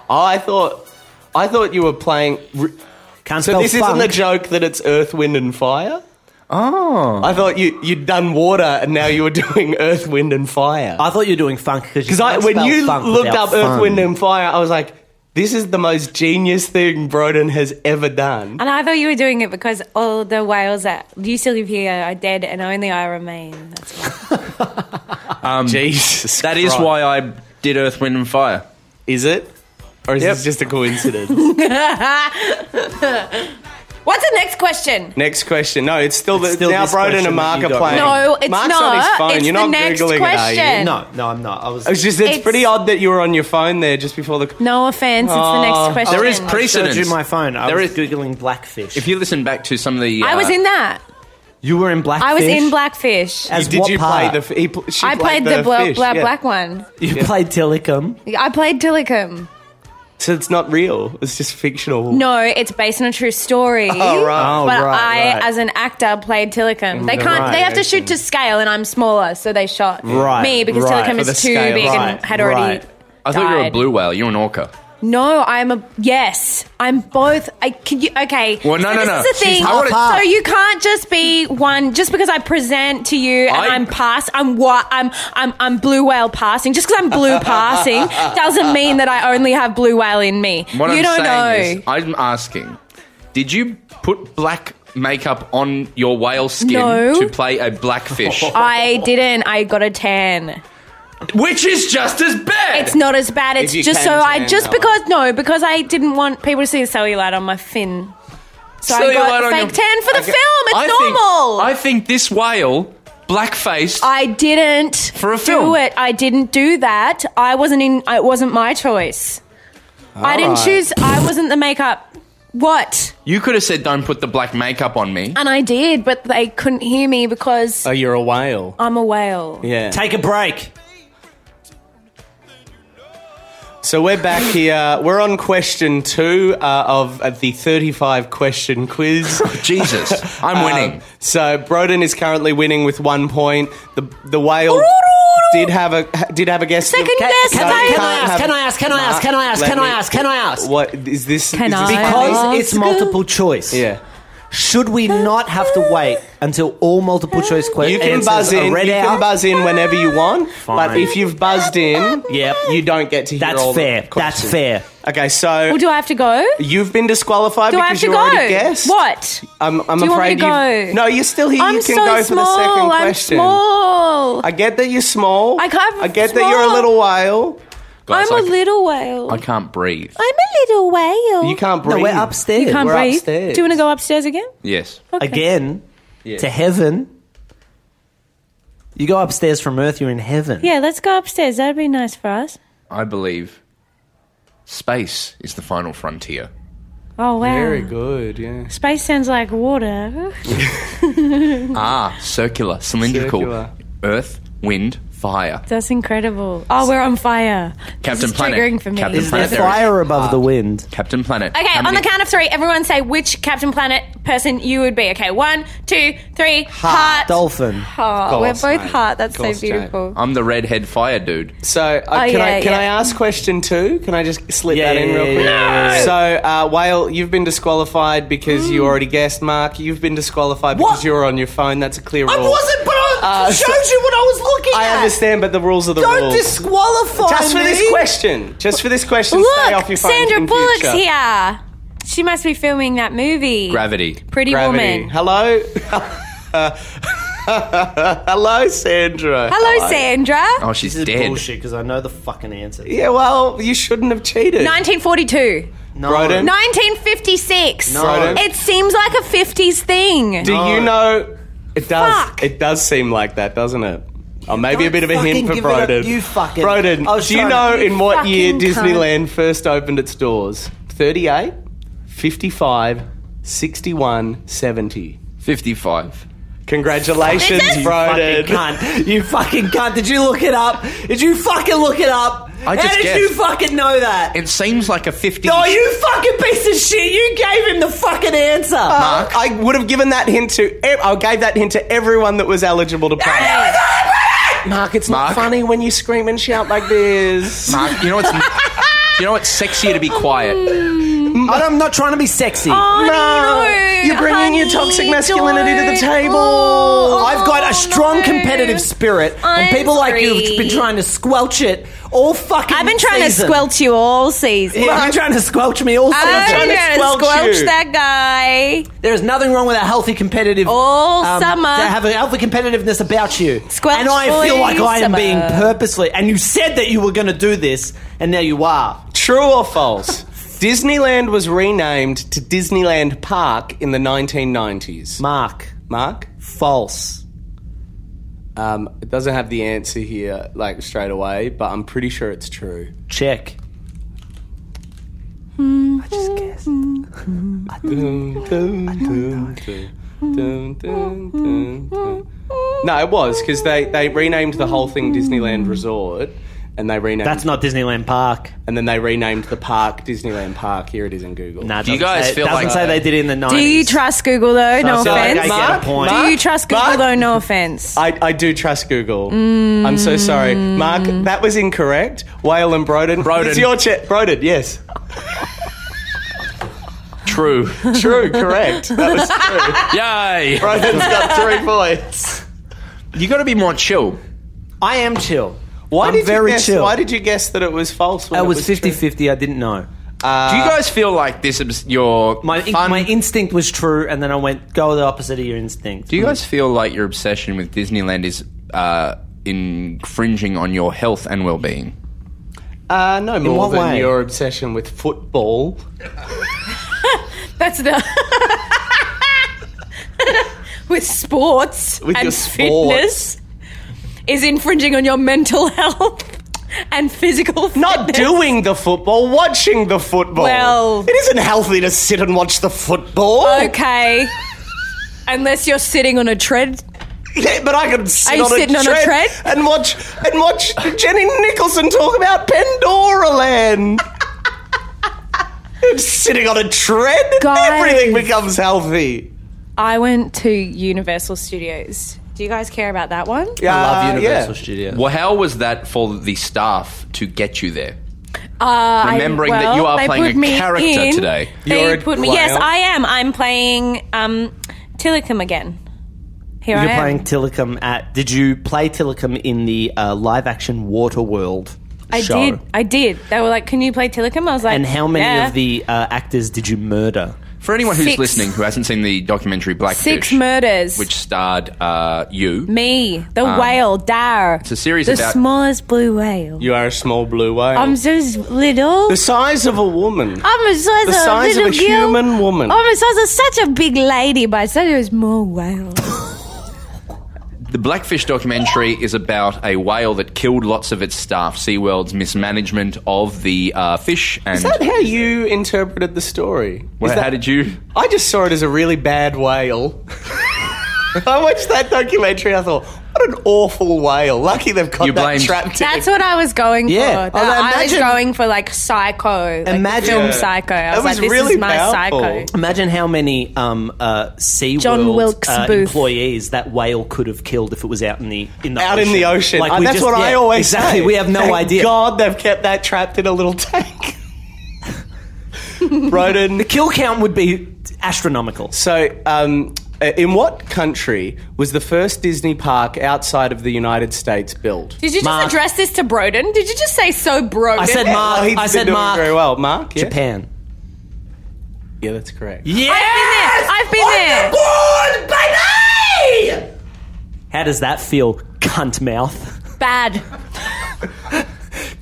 Speaker 4: Oh, I thought, I thought you were playing. r-
Speaker 5: Can't
Speaker 4: So
Speaker 5: spell
Speaker 4: this
Speaker 5: funk.
Speaker 4: isn't a joke that it's Earth, Wind, and Fire.
Speaker 3: Oh,
Speaker 4: I thought you you'd done water, and now you were doing Earth, Wind, and Fire.
Speaker 5: I thought you were doing funk because
Speaker 4: Because I, when you looked up Earth, Wind,
Speaker 5: and
Speaker 4: and Fire, I was like, this is the most genius thing Broden has ever done.
Speaker 6: And I thought you were doing it because all the whales that used to live here are dead and only I remain. That's why.
Speaker 4: Jesus,
Speaker 3: that is
Speaker 4: Christ.
Speaker 3: why I did Earth, Wind, and Fire.
Speaker 4: Is it? Or is
Speaker 3: Yep.
Speaker 4: this just a coincidence?
Speaker 6: What's the next question?
Speaker 4: Next question. No, it's still, the,
Speaker 5: still
Speaker 4: now
Speaker 5: this
Speaker 4: Broden
Speaker 5: question
Speaker 4: and Mark
Speaker 5: that
Speaker 4: are
Speaker 5: you got.
Speaker 4: playing.
Speaker 6: No, it's
Speaker 4: Mark's
Speaker 6: not.
Speaker 4: on his phone.
Speaker 6: It's
Speaker 4: You're
Speaker 6: the
Speaker 4: not
Speaker 6: next
Speaker 4: googling it, are you?
Speaker 6: question.
Speaker 5: No, no, I'm not. I was.
Speaker 4: It's just it's,
Speaker 6: It's-
Speaker 4: pretty odd that you were on your phone there just before the.
Speaker 6: No offense, it's the
Speaker 4: Oh.
Speaker 6: next question.
Speaker 3: there is pre-
Speaker 5: I showed you
Speaker 3: precedence.
Speaker 5: my phone. I
Speaker 3: There is-
Speaker 5: was googling blackfish.
Speaker 3: If you listen back to some of the,
Speaker 6: I was
Speaker 3: uh,
Speaker 6: in that.
Speaker 5: you were in blackfish,
Speaker 6: I was in Blackfish.
Speaker 5: As
Speaker 4: Did
Speaker 5: what
Speaker 4: you
Speaker 5: part?
Speaker 4: play the? f- He, pl- she
Speaker 6: I played the, bla-
Speaker 4: fish,
Speaker 6: bla-
Speaker 4: yeah.
Speaker 6: black one.
Speaker 5: You played telecom.
Speaker 6: I played Tillicum.
Speaker 4: So it's not real. It's just fictional.
Speaker 6: No, it's based on a true story.
Speaker 4: Oh, right.
Speaker 5: Oh,
Speaker 6: But
Speaker 5: right,
Speaker 6: I,
Speaker 5: right.
Speaker 6: as an actor, played Tillicum. They can't.
Speaker 5: right,
Speaker 6: they have to shoot to scale, and I'm smaller, so they shot
Speaker 5: Right,
Speaker 6: me because
Speaker 5: right.
Speaker 6: Tillicum
Speaker 5: For
Speaker 4: the
Speaker 6: is too
Speaker 4: scale.
Speaker 6: big
Speaker 5: Right,
Speaker 6: and had already.
Speaker 5: right.
Speaker 3: I thought you were a
Speaker 6: died.
Speaker 3: blue whale. You're an orca.
Speaker 6: No, I'm a yes. I'm both. I can you okay.
Speaker 3: Well, no,
Speaker 6: so
Speaker 3: no,
Speaker 6: this
Speaker 3: no.
Speaker 6: Is the
Speaker 3: She's
Speaker 6: thing.
Speaker 3: half
Speaker 6: So
Speaker 3: up.
Speaker 6: you can't just be one. Just because I present to you and
Speaker 3: I-
Speaker 6: I, am past, I'm what I'm I'm I'm blue whale passing. Just because I'm blue passing doesn't mean that I only have blue whale in me.
Speaker 3: What
Speaker 6: you
Speaker 3: I'm
Speaker 6: don't
Speaker 3: saying
Speaker 6: know.
Speaker 3: is, I'm asking, did you put black makeup on your whale skin
Speaker 6: No.
Speaker 3: to play a blackfish,
Speaker 6: I didn't. I got a tan.
Speaker 3: which is just as bad?
Speaker 6: It's not as bad. It's
Speaker 4: you
Speaker 6: just
Speaker 4: can
Speaker 6: so I
Speaker 4: tan,
Speaker 6: just
Speaker 4: no.
Speaker 6: because no because I didn't want people to see the cellulite on my fin. So I
Speaker 3: Cellulite
Speaker 6: got
Speaker 3: on
Speaker 6: fake
Speaker 3: your-
Speaker 6: tan for the
Speaker 3: Okay.
Speaker 6: film. It's
Speaker 3: I think-
Speaker 6: normal.
Speaker 3: I think this whale blackfaced.
Speaker 6: I didn't
Speaker 3: For a film.
Speaker 6: do it. I didn't do that. I wasn't in. It wasn't my choice. I didn't
Speaker 4: Ah.
Speaker 6: choose. I wasn't the makeup. What?
Speaker 3: you could have said, "Don't put the black makeup on me."
Speaker 6: And I did, but they couldn't hear me because
Speaker 4: Oh, you're a whale.
Speaker 6: I'm a whale.
Speaker 4: Yeah.
Speaker 5: Take a break.
Speaker 4: So we're back here. We're on question two uh, of uh, the 35 question quiz.
Speaker 3: Jesus, I'm winning.
Speaker 4: Um, so Broden is currently winning with one point. The the whale did have a ha- did have a guess.
Speaker 6: Second
Speaker 4: No,
Speaker 6: guess,
Speaker 4: you
Speaker 5: Can,
Speaker 6: No,
Speaker 5: I,
Speaker 6: you
Speaker 5: can
Speaker 4: can't
Speaker 5: I ask?
Speaker 4: have-
Speaker 5: Can I ask? Can I ask? Can I ask?
Speaker 4: Let
Speaker 5: Can I
Speaker 4: me-
Speaker 5: ask? Can I ask?
Speaker 4: What is this?
Speaker 6: Can
Speaker 4: is this
Speaker 6: I?
Speaker 5: Because
Speaker 6: ask?
Speaker 5: it's multiple choice.
Speaker 4: Yeah.
Speaker 5: Should we not have to wait until all multiple choice questions
Speaker 4: You can buzz in.
Speaker 5: are read
Speaker 4: you
Speaker 5: out?
Speaker 4: can buzz in whenever you want. But
Speaker 5: Fine.
Speaker 4: if you've buzzed in,
Speaker 5: Yep.
Speaker 4: you don't get to hear
Speaker 5: That's
Speaker 4: all the
Speaker 5: fair. That's
Speaker 4: questions.
Speaker 5: fair.
Speaker 4: Okay, so
Speaker 6: Well, do I have to go?
Speaker 4: you've been disqualified
Speaker 6: Do I have
Speaker 4: because
Speaker 6: to
Speaker 4: you
Speaker 6: go?
Speaker 4: already guessed.
Speaker 6: What?
Speaker 4: I'm, I'm
Speaker 6: Do you want me
Speaker 4: afraid
Speaker 6: to
Speaker 4: you've-
Speaker 6: go?
Speaker 4: No, you're still here.
Speaker 6: I'm
Speaker 4: you can
Speaker 6: so
Speaker 4: go for
Speaker 6: small.
Speaker 4: the second
Speaker 6: I'm
Speaker 4: question.
Speaker 6: small.
Speaker 4: I get that you're small.
Speaker 6: I can't-
Speaker 4: I get that you're a
Speaker 6: small.
Speaker 4: little whale.
Speaker 3: Guys,
Speaker 6: I'm
Speaker 3: I
Speaker 6: a
Speaker 3: ca-
Speaker 6: little whale.
Speaker 3: I can't breathe.
Speaker 6: I'm a little whale.
Speaker 4: You can't breathe.
Speaker 5: No, we're upstairs.
Speaker 6: You can't
Speaker 4: We're
Speaker 6: breathe.
Speaker 4: upstairs.
Speaker 6: Do you want to go upstairs again?
Speaker 3: Yes.
Speaker 5: Again, to heaven. You go upstairs from Earth, you're in heaven.
Speaker 6: Yeah, let's go upstairs. That'd be nice for us.
Speaker 3: I believe space is the final frontier.
Speaker 6: Oh wow.
Speaker 4: Very good. Yeah.
Speaker 6: Space sounds like water.
Speaker 3: Ah, circular, cylindrical.
Speaker 4: Circular.
Speaker 3: Earth, wind, fire.
Speaker 6: That's incredible. Oh, we're on fire.
Speaker 3: Captain
Speaker 6: this is
Speaker 3: Planet.
Speaker 6: triggering for me.
Speaker 3: Captain
Speaker 5: Is there
Speaker 3: Planet there
Speaker 5: fire above the wind?
Speaker 3: Captain Planet.
Speaker 6: Okay,
Speaker 3: How
Speaker 6: on the
Speaker 3: many-
Speaker 6: count of three, everyone say which Captain Planet person you would be. Okay, one, two, three. Heart.
Speaker 5: Dolphin.
Speaker 6: Oh,
Speaker 4: course,
Speaker 6: we're both
Speaker 4: mate.
Speaker 6: heart. That's
Speaker 4: Course,
Speaker 6: so beautiful.
Speaker 3: I'm the redhead fire dude.
Speaker 4: So uh,
Speaker 6: Oh,
Speaker 4: can I
Speaker 6: yeah,
Speaker 4: can
Speaker 6: yeah.
Speaker 4: I ask question two? Can I just slip
Speaker 5: Yeah,
Speaker 4: that in
Speaker 5: yeah,
Speaker 4: real
Speaker 5: yeah,
Speaker 4: quick?
Speaker 5: yeah,
Speaker 4: So uh, whale, you've been disqualified because you already guessed. Mark, you've been disqualified because you were on your phone. That's a clear rule.
Speaker 5: but
Speaker 4: Uh,
Speaker 5: I
Speaker 4: showed so-
Speaker 5: you what I was looking
Speaker 4: I understand, but the rules are the rules.
Speaker 5: disqualify
Speaker 4: just for this question. Just for this question. stay off your
Speaker 6: Look,
Speaker 4: phone
Speaker 6: Sandra
Speaker 4: in
Speaker 6: Bullock's
Speaker 4: future.
Speaker 6: here. She must be filming that movie.
Speaker 3: Gravity.
Speaker 6: Pretty
Speaker 4: Gravity.
Speaker 6: Woman.
Speaker 4: Hello. Hello, Sandra.
Speaker 6: Hello, Sandra.
Speaker 3: Oh, she's
Speaker 5: This is
Speaker 3: dead.
Speaker 5: bullshit because I know the fucking answer.
Speaker 4: Yeah, well, you shouldn't have cheated.
Speaker 6: 1942.
Speaker 5: No.
Speaker 4: Broden?
Speaker 6: 1956.
Speaker 5: Broden?
Speaker 6: It seems like a 50s thing.
Speaker 4: Do you know? It does.
Speaker 6: Fuck.
Speaker 4: It does seem like that, doesn't it? Or maybe a
Speaker 5: Don't
Speaker 4: bit of a
Speaker 5: fucking
Speaker 4: hint for
Speaker 5: give it up,
Speaker 4: Broden.
Speaker 5: you fucking- I
Speaker 4: Broden,
Speaker 5: was
Speaker 4: do Oh, you
Speaker 5: trying
Speaker 4: know
Speaker 5: to-
Speaker 4: in what year
Speaker 6: fucking cunt.
Speaker 4: Disneyland first opened its doors? 38, 55, 61, 70.
Speaker 3: 55.
Speaker 4: Congratulations,
Speaker 6: This is-
Speaker 4: Broden.
Speaker 5: Cunt. You fucking cunt. Did you look it up? Did you fucking look it up?
Speaker 3: I
Speaker 5: How
Speaker 3: just
Speaker 5: did
Speaker 3: guessed.
Speaker 5: you fucking know that?
Speaker 3: It seems like a 50.
Speaker 5: Oh, you fucking piece of shit. You gave him the fucking answer.
Speaker 4: Uh, I would have given that hint to. ev- I gave that hint to everyone that was eligible to play. Mark, it's
Speaker 3: Mark?
Speaker 4: not funny when you scream and shout like this.
Speaker 3: Mark, you know what's you know what's sexier to be quiet.
Speaker 5: I'm not trying to be sexy.
Speaker 6: Oh,
Speaker 4: No,
Speaker 6: no,
Speaker 4: you're bringing your
Speaker 6: honey,
Speaker 4: toxic masculinity to the
Speaker 6: don't.
Speaker 4: table.
Speaker 6: Oh,
Speaker 5: I've got
Speaker 6: no.
Speaker 5: a strong competitive spirit,
Speaker 6: I'm
Speaker 5: and people like you
Speaker 6: sorry.
Speaker 5: have been trying to squelch it all fucking.
Speaker 6: I've been trying
Speaker 5: season.
Speaker 6: to squelch you all season.
Speaker 5: Yeah, I've been trying to squelch me all season.
Speaker 6: I've
Speaker 4: trying
Speaker 6: been
Speaker 4: to
Speaker 6: trying to
Speaker 4: squelch
Speaker 6: squelch,
Speaker 4: you.
Speaker 6: that guy
Speaker 5: There is nothing wrong with a healthy competitive um,
Speaker 6: All
Speaker 4: Um,
Speaker 6: summer.
Speaker 5: To have a healthy competitiveness about you,
Speaker 6: Squelch
Speaker 5: and I feel
Speaker 6: all
Speaker 5: like I am
Speaker 6: summer.
Speaker 5: being purposely. And you said that you were going to do this, and now you are.
Speaker 4: True or false? Disneyland was renamed to Disneyland Park in the 1990s.
Speaker 5: Mark,
Speaker 4: Mark?
Speaker 5: false.
Speaker 4: Um, it doesn't have the answer here, like straight away, but I'm pretty sure it's true.
Speaker 5: Check.
Speaker 4: No, it was because they, they renamed the whole thing Disneyland Resort, and they renamed
Speaker 5: That's not Disneyland Park.
Speaker 4: and then they renamed the park Disneyland Park. Here it is in Google.
Speaker 5: Nah, it
Speaker 3: Do you
Speaker 5: doesn't
Speaker 3: guys
Speaker 5: say, it
Speaker 3: feel
Speaker 5: doesn't
Speaker 3: like-
Speaker 5: say they did it in the
Speaker 6: do
Speaker 5: nineties?
Speaker 6: you trust google though no
Speaker 5: So I
Speaker 6: offense
Speaker 5: get a point.
Speaker 6: do you trust google
Speaker 4: Mark?
Speaker 6: though no offense
Speaker 4: I, I do trust Google. I'm so sorry, Mark. That was incorrect. Whale and Broden.
Speaker 3: Broden.
Speaker 4: it's your chat. Broden, yes,
Speaker 3: True.
Speaker 4: true, correct. That was true.
Speaker 3: Yay.
Speaker 4: Broden's got three points.
Speaker 3: You got to be more chill.
Speaker 5: I am chill.
Speaker 4: Why
Speaker 5: I'm
Speaker 4: did
Speaker 5: very
Speaker 4: you guess,
Speaker 5: chill.
Speaker 4: Why did you guess that it was false? When
Speaker 5: I
Speaker 4: it
Speaker 5: was
Speaker 4: true?
Speaker 5: 50-50. I didn't know.
Speaker 3: Do you guys feel like this is your
Speaker 5: Uh, My in-
Speaker 3: fun?
Speaker 5: my instinct was true, and then I went go the opposite of your instinct.
Speaker 3: Do you guys feel like your obsession with Disneyland is uh, infringing on your health and well-being?
Speaker 4: Uh, no more
Speaker 5: what
Speaker 4: than
Speaker 5: way?
Speaker 4: your obsession with football.
Speaker 6: That's the with sports
Speaker 4: With
Speaker 6: and
Speaker 4: your sports.
Speaker 6: fitness is infringing on your mental health and physical. Fitness.
Speaker 4: Not doing the football, watching the football.
Speaker 6: Well-
Speaker 4: it isn't healthy to sit and watch the football.
Speaker 6: Okay. Unless you're sitting on a tread.
Speaker 4: Yeah, but I could sit
Speaker 6: Are you
Speaker 4: on,
Speaker 6: sitting
Speaker 4: a,
Speaker 6: on a
Speaker 4: tread
Speaker 6: tread?
Speaker 4: and watch and watch Jenny Nicholson talk about Pandora Land. and sitting on a tread,
Speaker 6: Guys.
Speaker 4: everything becomes healthy.
Speaker 6: I went to Universal Studios. Do you guys care about that one?
Speaker 4: Uh, Yeah,
Speaker 5: love Universal Studios?
Speaker 3: Well, how was that for the staff to get you there?
Speaker 6: Uh,
Speaker 3: Remembering
Speaker 6: I,
Speaker 3: that
Speaker 6: well,
Speaker 3: you are
Speaker 6: they
Speaker 3: playing
Speaker 6: put
Speaker 3: a
Speaker 6: me
Speaker 3: character
Speaker 6: in-
Speaker 3: today.
Speaker 6: They
Speaker 4: You're a
Speaker 6: put me.
Speaker 4: clown.
Speaker 6: Yes, I am. I'm playing um, Tillicum again. Here
Speaker 5: You're
Speaker 6: I am.
Speaker 5: playing Tillicum at. Did you play Tillicum in the uh, live action Waterworld
Speaker 6: I
Speaker 5: show?
Speaker 6: did. I did. They were like, "Can you play Tillicum?" I was like,
Speaker 5: And how many
Speaker 6: yeah.
Speaker 5: of the uh, actors did you murder?
Speaker 3: For anyone who's
Speaker 6: Six.
Speaker 3: listening who hasn't seen the documentary Blackfish,
Speaker 6: six murders?"
Speaker 3: which starred uh, you,
Speaker 6: Me, the whale, Dar. It's
Speaker 3: a series
Speaker 6: The
Speaker 3: about-
Speaker 6: smallest blue whale.
Speaker 4: You are a small blue whale.
Speaker 6: I'm so s- little.
Speaker 4: the size of a woman.
Speaker 6: I'm a size
Speaker 4: the
Speaker 6: of
Speaker 4: size of
Speaker 6: little
Speaker 4: a
Speaker 6: girl.
Speaker 4: human woman.
Speaker 6: I'm a size of such a big lady, but such a small whale.
Speaker 3: The Blackfish documentary is about a whale that killed lots of its staff. SeaWorld's mismanagement of the uh, fish and
Speaker 4: Is that how you interpreted the story?
Speaker 3: Well,
Speaker 4: Is
Speaker 3: how
Speaker 4: that-
Speaker 3: did you?
Speaker 4: I just saw it as a really bad whale. I watched that documentary. I thought, what an awful whale. Lucky they've got
Speaker 3: You
Speaker 4: that
Speaker 3: blamed-
Speaker 4: trapped in.
Speaker 6: That's what I was going
Speaker 5: Yeah.
Speaker 6: for.
Speaker 5: Although
Speaker 6: I was
Speaker 5: imagine-
Speaker 6: going for like psycho, like
Speaker 5: Imagine-
Speaker 6: film
Speaker 5: Yeah.
Speaker 6: psycho. I
Speaker 4: That
Speaker 6: was,
Speaker 4: was
Speaker 6: like, this
Speaker 4: really
Speaker 6: is my
Speaker 4: powerful.
Speaker 6: psycho.
Speaker 5: Imagine how many um, uh, SeaWorld
Speaker 6: John Wilkes
Speaker 5: uh,
Speaker 6: Booth.
Speaker 5: employees that whale could have killed if it was out in the in the
Speaker 4: out
Speaker 5: ocean.
Speaker 4: in the ocean.
Speaker 5: Like,
Speaker 4: Uh,
Speaker 5: we
Speaker 4: that's
Speaker 5: just-
Speaker 4: what I
Speaker 5: yeah,
Speaker 4: always
Speaker 5: exactly.
Speaker 4: say.
Speaker 5: We have no
Speaker 4: Thank
Speaker 5: idea.
Speaker 4: God they've kept that trapped in a little tank. Broden.
Speaker 5: Kill count would be astronomical.
Speaker 4: So, um, uh, in what country was the first Disney park outside of the United States built?
Speaker 6: Did you just
Speaker 5: Mark.
Speaker 6: address this to Broden? Did you just say so Broden?
Speaker 5: I said Mark.
Speaker 4: Well, he's
Speaker 5: I
Speaker 4: been
Speaker 5: said
Speaker 4: doing
Speaker 5: Mark.
Speaker 4: very well. Mark, yeah?
Speaker 5: Japan.
Speaker 4: Yeah, that's correct.
Speaker 6: I've been there. I've been there.
Speaker 5: How does that feel, cunt mouth?
Speaker 6: Bad.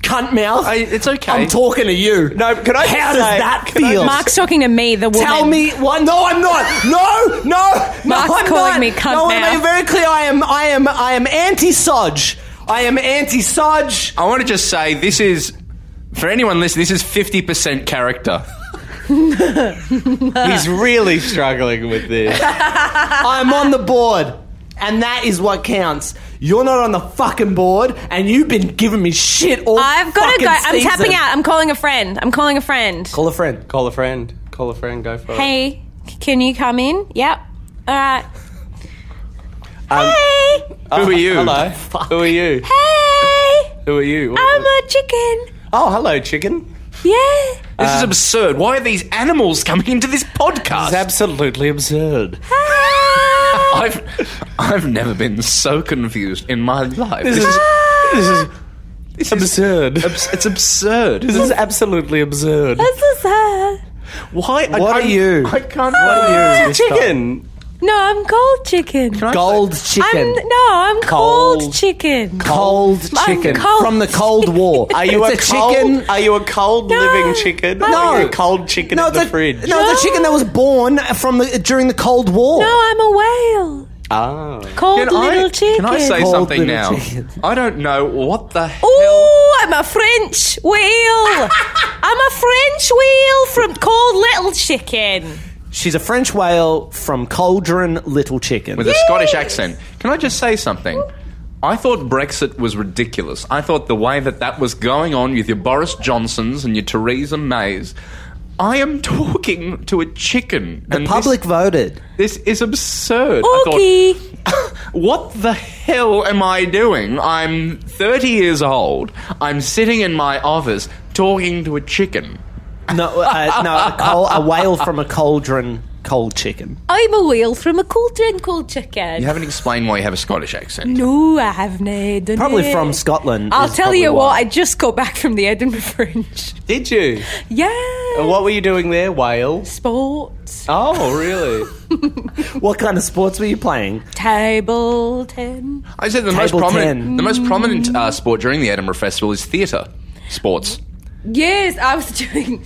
Speaker 5: Cunt mouth.
Speaker 3: I, it's okay.
Speaker 5: I'm talking to you.
Speaker 4: No, can I
Speaker 5: How
Speaker 4: just
Speaker 5: does
Speaker 4: say-
Speaker 5: that
Speaker 4: can I
Speaker 5: feel?
Speaker 6: Mark's talking to me, the woman.
Speaker 5: Tell me why? No, I'm not. No, no, no.
Speaker 6: Mark's
Speaker 5: I'm
Speaker 6: calling
Speaker 5: not.
Speaker 6: me cunt
Speaker 5: No, I want to
Speaker 6: now.
Speaker 5: make it very clear. I am, I am, I am anti-Sodge. I am anti-Sodge.
Speaker 3: I want to just say this is for anyone listening. This is fifty percent character.
Speaker 4: He's really struggling with this.
Speaker 5: I'm on the board. And that is what counts. You're not on the fucking board, and you've been giving me shit all.
Speaker 6: I've got to
Speaker 5: fucking
Speaker 6: go. I'm
Speaker 5: season.
Speaker 6: tapping out. I'm calling a friend. I'm calling a friend.
Speaker 5: Call a friend.
Speaker 4: Call a friend. Call a friend. Go for it.
Speaker 6: Hey, c- can you come in? Yep. All right.
Speaker 4: Um,
Speaker 6: Hey,
Speaker 4: Who are you?
Speaker 5: hello.
Speaker 4: Who are you?
Speaker 5: um,
Speaker 6: hey,
Speaker 4: Who are you? What-
Speaker 6: I'm a chicken.
Speaker 4: oh, hello, chicken.
Speaker 6: Yeah.
Speaker 5: Uh,
Speaker 3: This is absurd. Why are these animals coming into this podcast?
Speaker 4: It's absolutely absurd.
Speaker 6: Hey.
Speaker 3: I've I've never been so confused in my life. This,
Speaker 4: is- This is absurd.
Speaker 3: abs- it's absurd.
Speaker 4: this is absolutely absurd.
Speaker 6: That's so sad.
Speaker 3: Why? I-
Speaker 4: What
Speaker 3: I-
Speaker 4: are you?
Speaker 3: I can't.
Speaker 6: Ah.
Speaker 4: Chicken.
Speaker 6: No, I'm cold chicken.
Speaker 5: Gold
Speaker 6: I'm
Speaker 5: chicken.
Speaker 6: no, I'm cold,
Speaker 4: Cold.
Speaker 6: chicken.
Speaker 5: cold
Speaker 6: I'm
Speaker 5: chicken
Speaker 6: cold.
Speaker 5: from the Cold War.
Speaker 4: Are you
Speaker 5: It's
Speaker 4: a,
Speaker 5: chicken?
Speaker 4: Cold, are you a cold
Speaker 6: No.
Speaker 4: living chicken?
Speaker 6: No.
Speaker 4: Or are you a cold chicken in
Speaker 5: it's
Speaker 4: the
Speaker 5: a-
Speaker 4: fridge.
Speaker 5: No, it's a chicken that was born from the during the Cold War.
Speaker 6: No, I'm a whale.
Speaker 4: Ah.
Speaker 6: Cold
Speaker 3: Can I,
Speaker 6: little chicken.
Speaker 3: can I say
Speaker 5: Cold
Speaker 3: something
Speaker 5: little
Speaker 3: now?
Speaker 5: chicken.
Speaker 3: I don't know what the hell.
Speaker 6: Oh, I'm a French whale. I'm a French whale from cold little chicken.
Speaker 5: She's a French whale from Cauldron Little Chicken.
Speaker 3: With a Scottish accent. Can I just say something? I thought Brexit was ridiculous. I thought the way that that was going on with your Boris Johnsons and your Theresa Mays. I am talking to a chicken.
Speaker 5: the
Speaker 3: and
Speaker 5: public voted.
Speaker 3: This, this is absurd. I thought,
Speaker 6: Okay.
Speaker 3: What the hell am I doing? I'm 30 years old. I'm sitting in my office talking to a chicken.
Speaker 5: No, uh, no, a, col- a whale from a cauldron, cold chicken.
Speaker 6: I'm a whale from a cold drink cold chicken.
Speaker 3: You haven't explained why you have a Scottish accent.
Speaker 6: No, I have not. done
Speaker 5: Probably
Speaker 6: it.
Speaker 5: from Scotland.
Speaker 6: I'll
Speaker 5: is
Speaker 6: tell
Speaker 5: probably
Speaker 6: you what,
Speaker 5: why.
Speaker 6: I just got back from the Edinburgh Fringe.
Speaker 4: Did you?
Speaker 5: Oh.
Speaker 6: Yeah.
Speaker 4: What were you doing there, whale?
Speaker 6: Sports,
Speaker 4: Oh, really?
Speaker 5: What kind of sports were you playing?
Speaker 6: table, ten.
Speaker 3: I said the most
Speaker 5: Table
Speaker 3: prominent,
Speaker 5: 10.
Speaker 3: the most prominent uh, sport during the Edinburgh Festival is theatre sports.
Speaker 6: Yes, I was doing.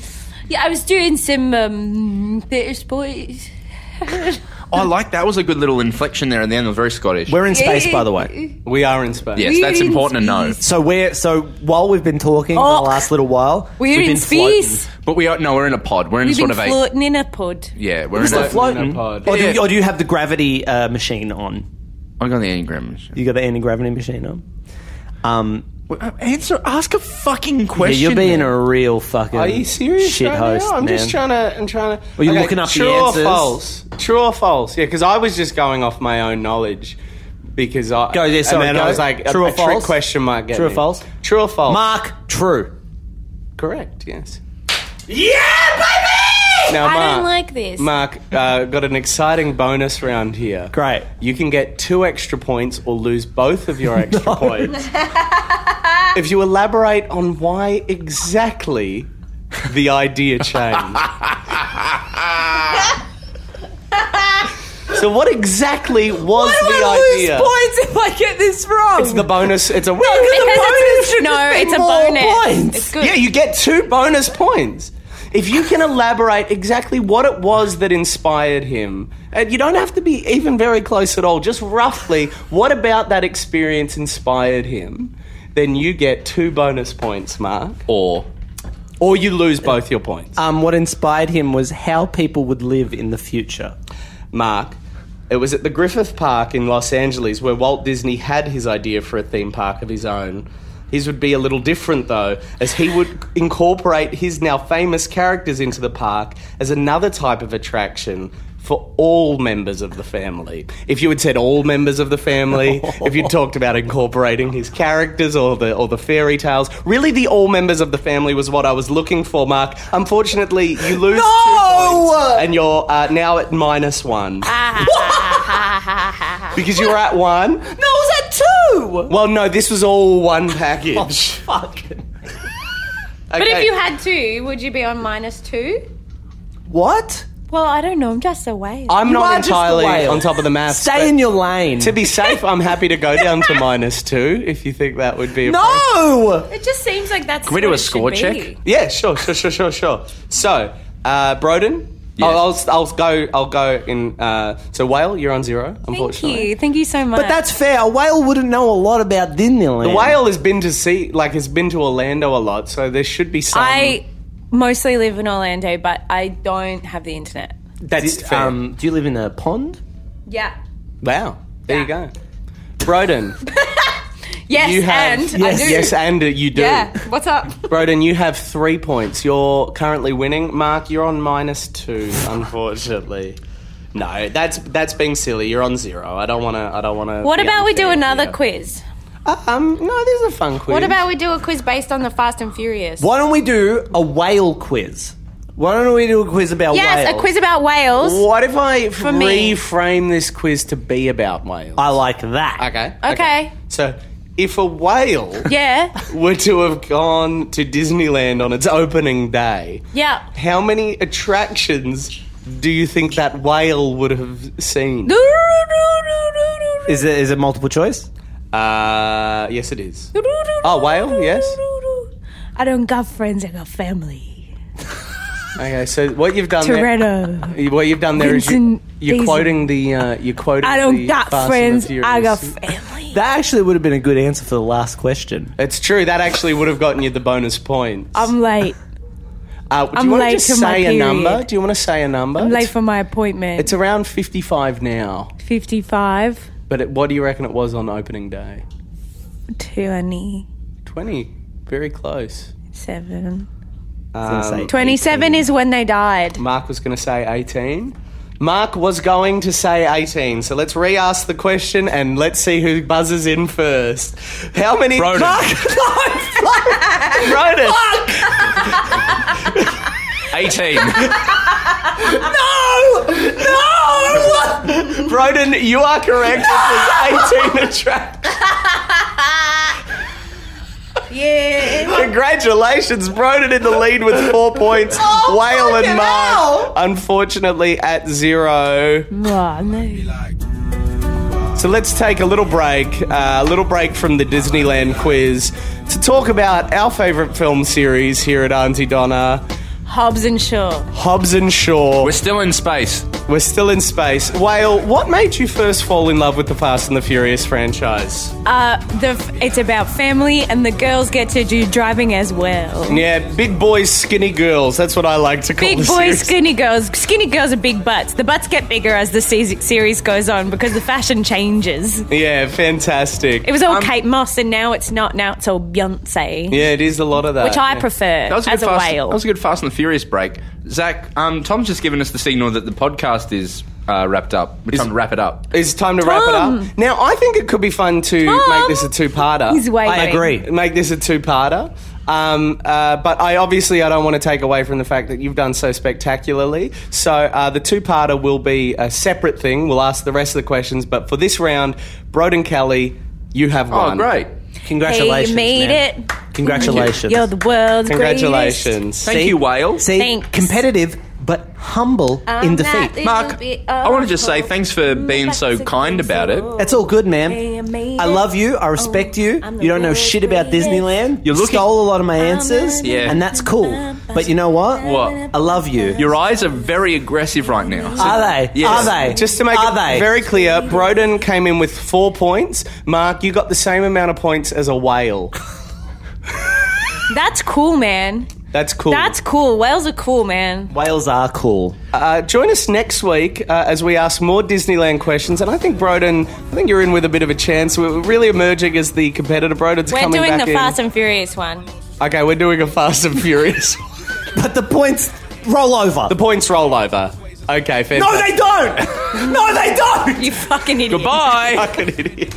Speaker 6: Yeah, I was doing some um, theatre sports.
Speaker 3: Oh, I like that was a good little inflection there in the end. It was very Scottish.
Speaker 5: We're in space, by the way.
Speaker 4: we are in Spain.
Speaker 3: yes, that's
Speaker 6: We're in
Speaker 3: important to know.
Speaker 5: So we're so while we've been talking for
Speaker 6: Oh.
Speaker 5: the last little while,
Speaker 6: We're
Speaker 5: we've
Speaker 6: in
Speaker 5: been
Speaker 6: space.
Speaker 3: But we are no, we're in a pod. We're in
Speaker 6: We've
Speaker 3: sort
Speaker 6: been
Speaker 3: of a
Speaker 6: floating in a pod.
Speaker 3: yeah. We're in a.
Speaker 5: floating. Still floating.
Speaker 4: In a pod.
Speaker 5: Or, do
Speaker 3: Yeah.
Speaker 5: you, or do you have the gravity uh, machine on?
Speaker 3: I got the enneagram.
Speaker 5: You got the anti-gravity machine on? Um,
Speaker 3: Uh, Answer. Ask a fucking
Speaker 5: yeah,
Speaker 3: question.
Speaker 5: you're being
Speaker 3: then.
Speaker 5: a real fucking
Speaker 4: Are you serious?
Speaker 5: shit
Speaker 4: right
Speaker 5: host,
Speaker 4: now? I'm
Speaker 5: man.
Speaker 4: just trying to. I'm trying to.
Speaker 5: Were you looking up the
Speaker 4: true
Speaker 5: answers?
Speaker 4: or false? True or false? Yeah, because I was just going off my own knowledge because I
Speaker 5: Go, yeah, sorry,
Speaker 4: and then
Speaker 5: go.
Speaker 4: I was like a-
Speaker 5: True or
Speaker 4: a,
Speaker 5: false?
Speaker 4: trick question might get
Speaker 5: True
Speaker 4: me.
Speaker 5: or false?
Speaker 4: True or false?
Speaker 5: Mark True.
Speaker 4: Correct. Yes. Yeah, baby. Now,
Speaker 6: I
Speaker 4: Mark,
Speaker 6: don't like this.
Speaker 4: Mark uh, got an exciting bonus round here.
Speaker 5: Great.
Speaker 4: You can get two extra points or lose both of your extra points if you elaborate on why exactly the idea changed. so, what exactly was
Speaker 6: Why do
Speaker 4: the
Speaker 6: I lose
Speaker 4: idea?
Speaker 6: points if I get this wrong?
Speaker 4: It's the bonus. It's a
Speaker 6: because it's a, no, it's a
Speaker 4: more
Speaker 6: bonus.
Speaker 4: points.
Speaker 6: It's good.
Speaker 4: Yeah, you get two bonus points. If you can elaborate exactly what it was that inspired him, and you don't have to be even very close at all, just roughly what about that experience inspired him, then you get two bonus points, Mark.
Speaker 3: Or
Speaker 4: Or you lose both your points.
Speaker 5: Um, what inspired him was how people would live in the future.
Speaker 4: Mark, it was at the Griffith Park in Los Angeles where Walt Disney had his idea for a theme park of his own. His would be a little different though, as he would incorporate his now famous characters into the park as another type of attraction for all members of the family. If you had said all members of the family, if you talked about incorporating his characters or the or the fairy tales, really the all members of the family was what I was looking for, Mark. Unfortunately, you lose two points and you're uh, now at minus 1. Because you were at one.
Speaker 5: No, was Oh, that two?
Speaker 4: Well, no, this was all one package.
Speaker 5: Fuck.
Speaker 6: But if you had two, would you be on minus two?
Speaker 5: What?
Speaker 6: Well, I don't know. I'm just a whale.
Speaker 4: I'm
Speaker 5: You are
Speaker 4: not
Speaker 5: just a
Speaker 4: entirely
Speaker 5: whale.
Speaker 4: on top of the maths. but
Speaker 5: Stay in your lane.
Speaker 4: To be safe, I'm happy to go down to minus two if you think that would be. appropriate.
Speaker 5: no.
Speaker 6: it just seems like that's. Can
Speaker 3: we do a score check?
Speaker 4: Yeah, sure, sure, sure, sure, sure. So, uh, Broden. I'll, I'll, I'll go. I'll go in. Uh, so, Whale, you're on zero.
Speaker 6: Thank
Speaker 4: Unfortunately,
Speaker 6: you. Thank you so much.
Speaker 5: But that's fair. A whale wouldn't know a lot about Disneyland.
Speaker 4: the Whale has been to see, like, has been to Orlando a lot, so there should be some.
Speaker 6: I mostly live in Orlando, but I don't have the internet.
Speaker 4: that's fair.
Speaker 5: Um, do you live in a pond?
Speaker 6: Yeah.
Speaker 4: wow. There you go. Broden,
Speaker 6: Yes,
Speaker 4: you have
Speaker 6: and
Speaker 4: yes,
Speaker 6: I do.
Speaker 4: yes, and you do.
Speaker 6: yeah. What's up?
Speaker 4: Broden, you have three points. You're currently winning. Mark, you're on minus two, unfortunately. No, that's that's being silly. You're on zero. I don't want to. I don't want to.
Speaker 6: What about we do another quiz?
Speaker 4: Um, no, this is a fun quiz.
Speaker 6: What about we do a quiz based on the Fast and Furious?
Speaker 5: Why don't we do a whale quiz? Why don't we do a quiz about
Speaker 6: Yes,
Speaker 5: whales?
Speaker 6: a quiz about whales.
Speaker 4: What if I
Speaker 6: me.
Speaker 4: reframe this quiz to be about whales?
Speaker 5: I like that.
Speaker 4: okay.
Speaker 6: Okay.
Speaker 4: So, if a whale
Speaker 6: Yeah.
Speaker 4: were to have gone to Disneyland on its opening day,
Speaker 6: Yeah.
Speaker 4: how many attractions do you think that whale would have seen?
Speaker 5: Is it is it multiple choice?
Speaker 4: Uh, yes, it is. Oh, whale, yes.
Speaker 6: I don't got friends, I got family.
Speaker 4: Okay, so what you've done
Speaker 6: Toretto.
Speaker 4: there, what you've done there is you,
Speaker 6: Vincent
Speaker 4: you're
Speaker 6: Diesel.
Speaker 4: quoting the uh, you're quoting.
Speaker 6: I
Speaker 4: the
Speaker 6: don't got
Speaker 4: Fast and the
Speaker 6: friends, I got
Speaker 4: Furious.
Speaker 6: family.
Speaker 5: That actually would have been a good answer for the last question.
Speaker 4: It's true. That actually would have gotten you the bonus points.
Speaker 6: I'm late.
Speaker 4: Uh, do
Speaker 6: I'm
Speaker 4: you want
Speaker 6: late
Speaker 4: to just
Speaker 6: to my
Speaker 4: say a
Speaker 6: period.
Speaker 4: number? Do you want to say a number?
Speaker 6: I'm late
Speaker 4: It's-
Speaker 6: for my appointment.
Speaker 4: It's around 55 now,
Speaker 6: 55.
Speaker 4: but it, what do you reckon it was on opening day?
Speaker 6: 27.
Speaker 4: 20. Very close.
Speaker 5: say-
Speaker 4: Um,
Speaker 6: 27 is when they died.
Speaker 4: Mark was going to say 18. Mark was going to say 18, so let's re ask the question and let's see who buzzes in first. How many. Broden. Mark! Broden!
Speaker 3: 18.
Speaker 4: Broden, you are correct. It was 18 attractions.
Speaker 6: Yeah.
Speaker 4: Congratulations, Broden in the lead with four points. Whale and Mark, unfortunately, at zero.
Speaker 6: Oh, no.
Speaker 4: So let's take a little break, uh, a little break from the Disneyland quiz to talk about our favourite film series here at Auntie Donna,
Speaker 6: Hobbs and Shaw.
Speaker 4: Hobbs and Shaw.
Speaker 3: We're still in space.
Speaker 4: We're still in space. Whale, what made you first fall in love with the Fast and the Furious franchise?
Speaker 6: Uh, the, it's about family, and the girls get to do driving as well.
Speaker 4: Yeah, big boys, skinny girls. That's what I like to call
Speaker 6: Big
Speaker 4: the
Speaker 6: boys,
Speaker 4: series.
Speaker 6: skinny girls. Skinny girls are big butts. The butts get bigger as the se- series goes on because the fashion changes.
Speaker 4: yeah, fantastic.
Speaker 6: It was all Kate Moss, and now it's not. Now it's all Beyonce,
Speaker 4: yeah, it is a lot of that.
Speaker 6: which I prefer
Speaker 3: That was a
Speaker 6: as
Speaker 3: good
Speaker 6: a
Speaker 3: fast,
Speaker 6: whale.
Speaker 3: That was a good Fast and the Furious break. Zach, um, Tom's just given us the signal that the podcast is uh, wrapped up. We're time to wrap it up.
Speaker 4: It's time to wrap it
Speaker 6: Tom.
Speaker 4: up. Now, I think it could be fun to
Speaker 6: Tom.
Speaker 4: make this a two-parter.
Speaker 6: He's waiting.
Speaker 5: I agree.
Speaker 4: make this a two-parter. Um, uh, but I obviously I don't want to take away from the fact that you've done so spectacularly. So uh, the two-parter will be a separate thing. We'll ask the rest of the questions, but for this round, Broden Kelly, you have
Speaker 3: Oh,
Speaker 4: won.
Speaker 3: great.
Speaker 5: Congratulations.
Speaker 6: Hey, you made
Speaker 5: man.
Speaker 6: it.
Speaker 5: Congratulations.
Speaker 6: You're the world's greatest.
Speaker 4: Congratulations.
Speaker 3: Thank you, Whale.
Speaker 5: See,
Speaker 6: Thanks.
Speaker 5: competitive but humble in defeat.
Speaker 3: Mark, I want to just say thanks for being so kind about it.
Speaker 5: That's all good, man.
Speaker 6: I
Speaker 5: I love you. I respect
Speaker 6: Oh,
Speaker 5: you. You don't know shit about Disneyland. You
Speaker 3: looking-
Speaker 5: stole a lot of my answers,
Speaker 3: Yeah.
Speaker 5: and that's cool. But you know what?
Speaker 3: What?
Speaker 5: I love you.
Speaker 3: Your eyes are very aggressive right now. So-
Speaker 5: are they?
Speaker 3: Yes.
Speaker 5: Are they?
Speaker 4: Just to make
Speaker 5: are
Speaker 4: it
Speaker 5: they?
Speaker 4: very clear, Broden came in with four points. Mark, you got the same amount of points as a whale.
Speaker 6: That's cool, man.
Speaker 4: That's cool.
Speaker 6: That's cool. Whales are cool, man.
Speaker 5: Whales are cool.
Speaker 4: Uh, join us next week uh, as we ask more Disneyland questions. And I think Broden, I think you're in with a bit of a chance. We're really emerging as the competitor. Broden's
Speaker 6: We're
Speaker 4: coming
Speaker 6: doing
Speaker 4: back
Speaker 6: the
Speaker 4: in.
Speaker 6: Fast and Furious one.
Speaker 4: okay, we're doing a Fast and Furious.
Speaker 5: But the points roll over.
Speaker 4: the points roll over. Okay, fair.
Speaker 5: no, they don't. no, they don't.
Speaker 6: You fucking idiot.
Speaker 3: Bye.
Speaker 4: Fucking idiot.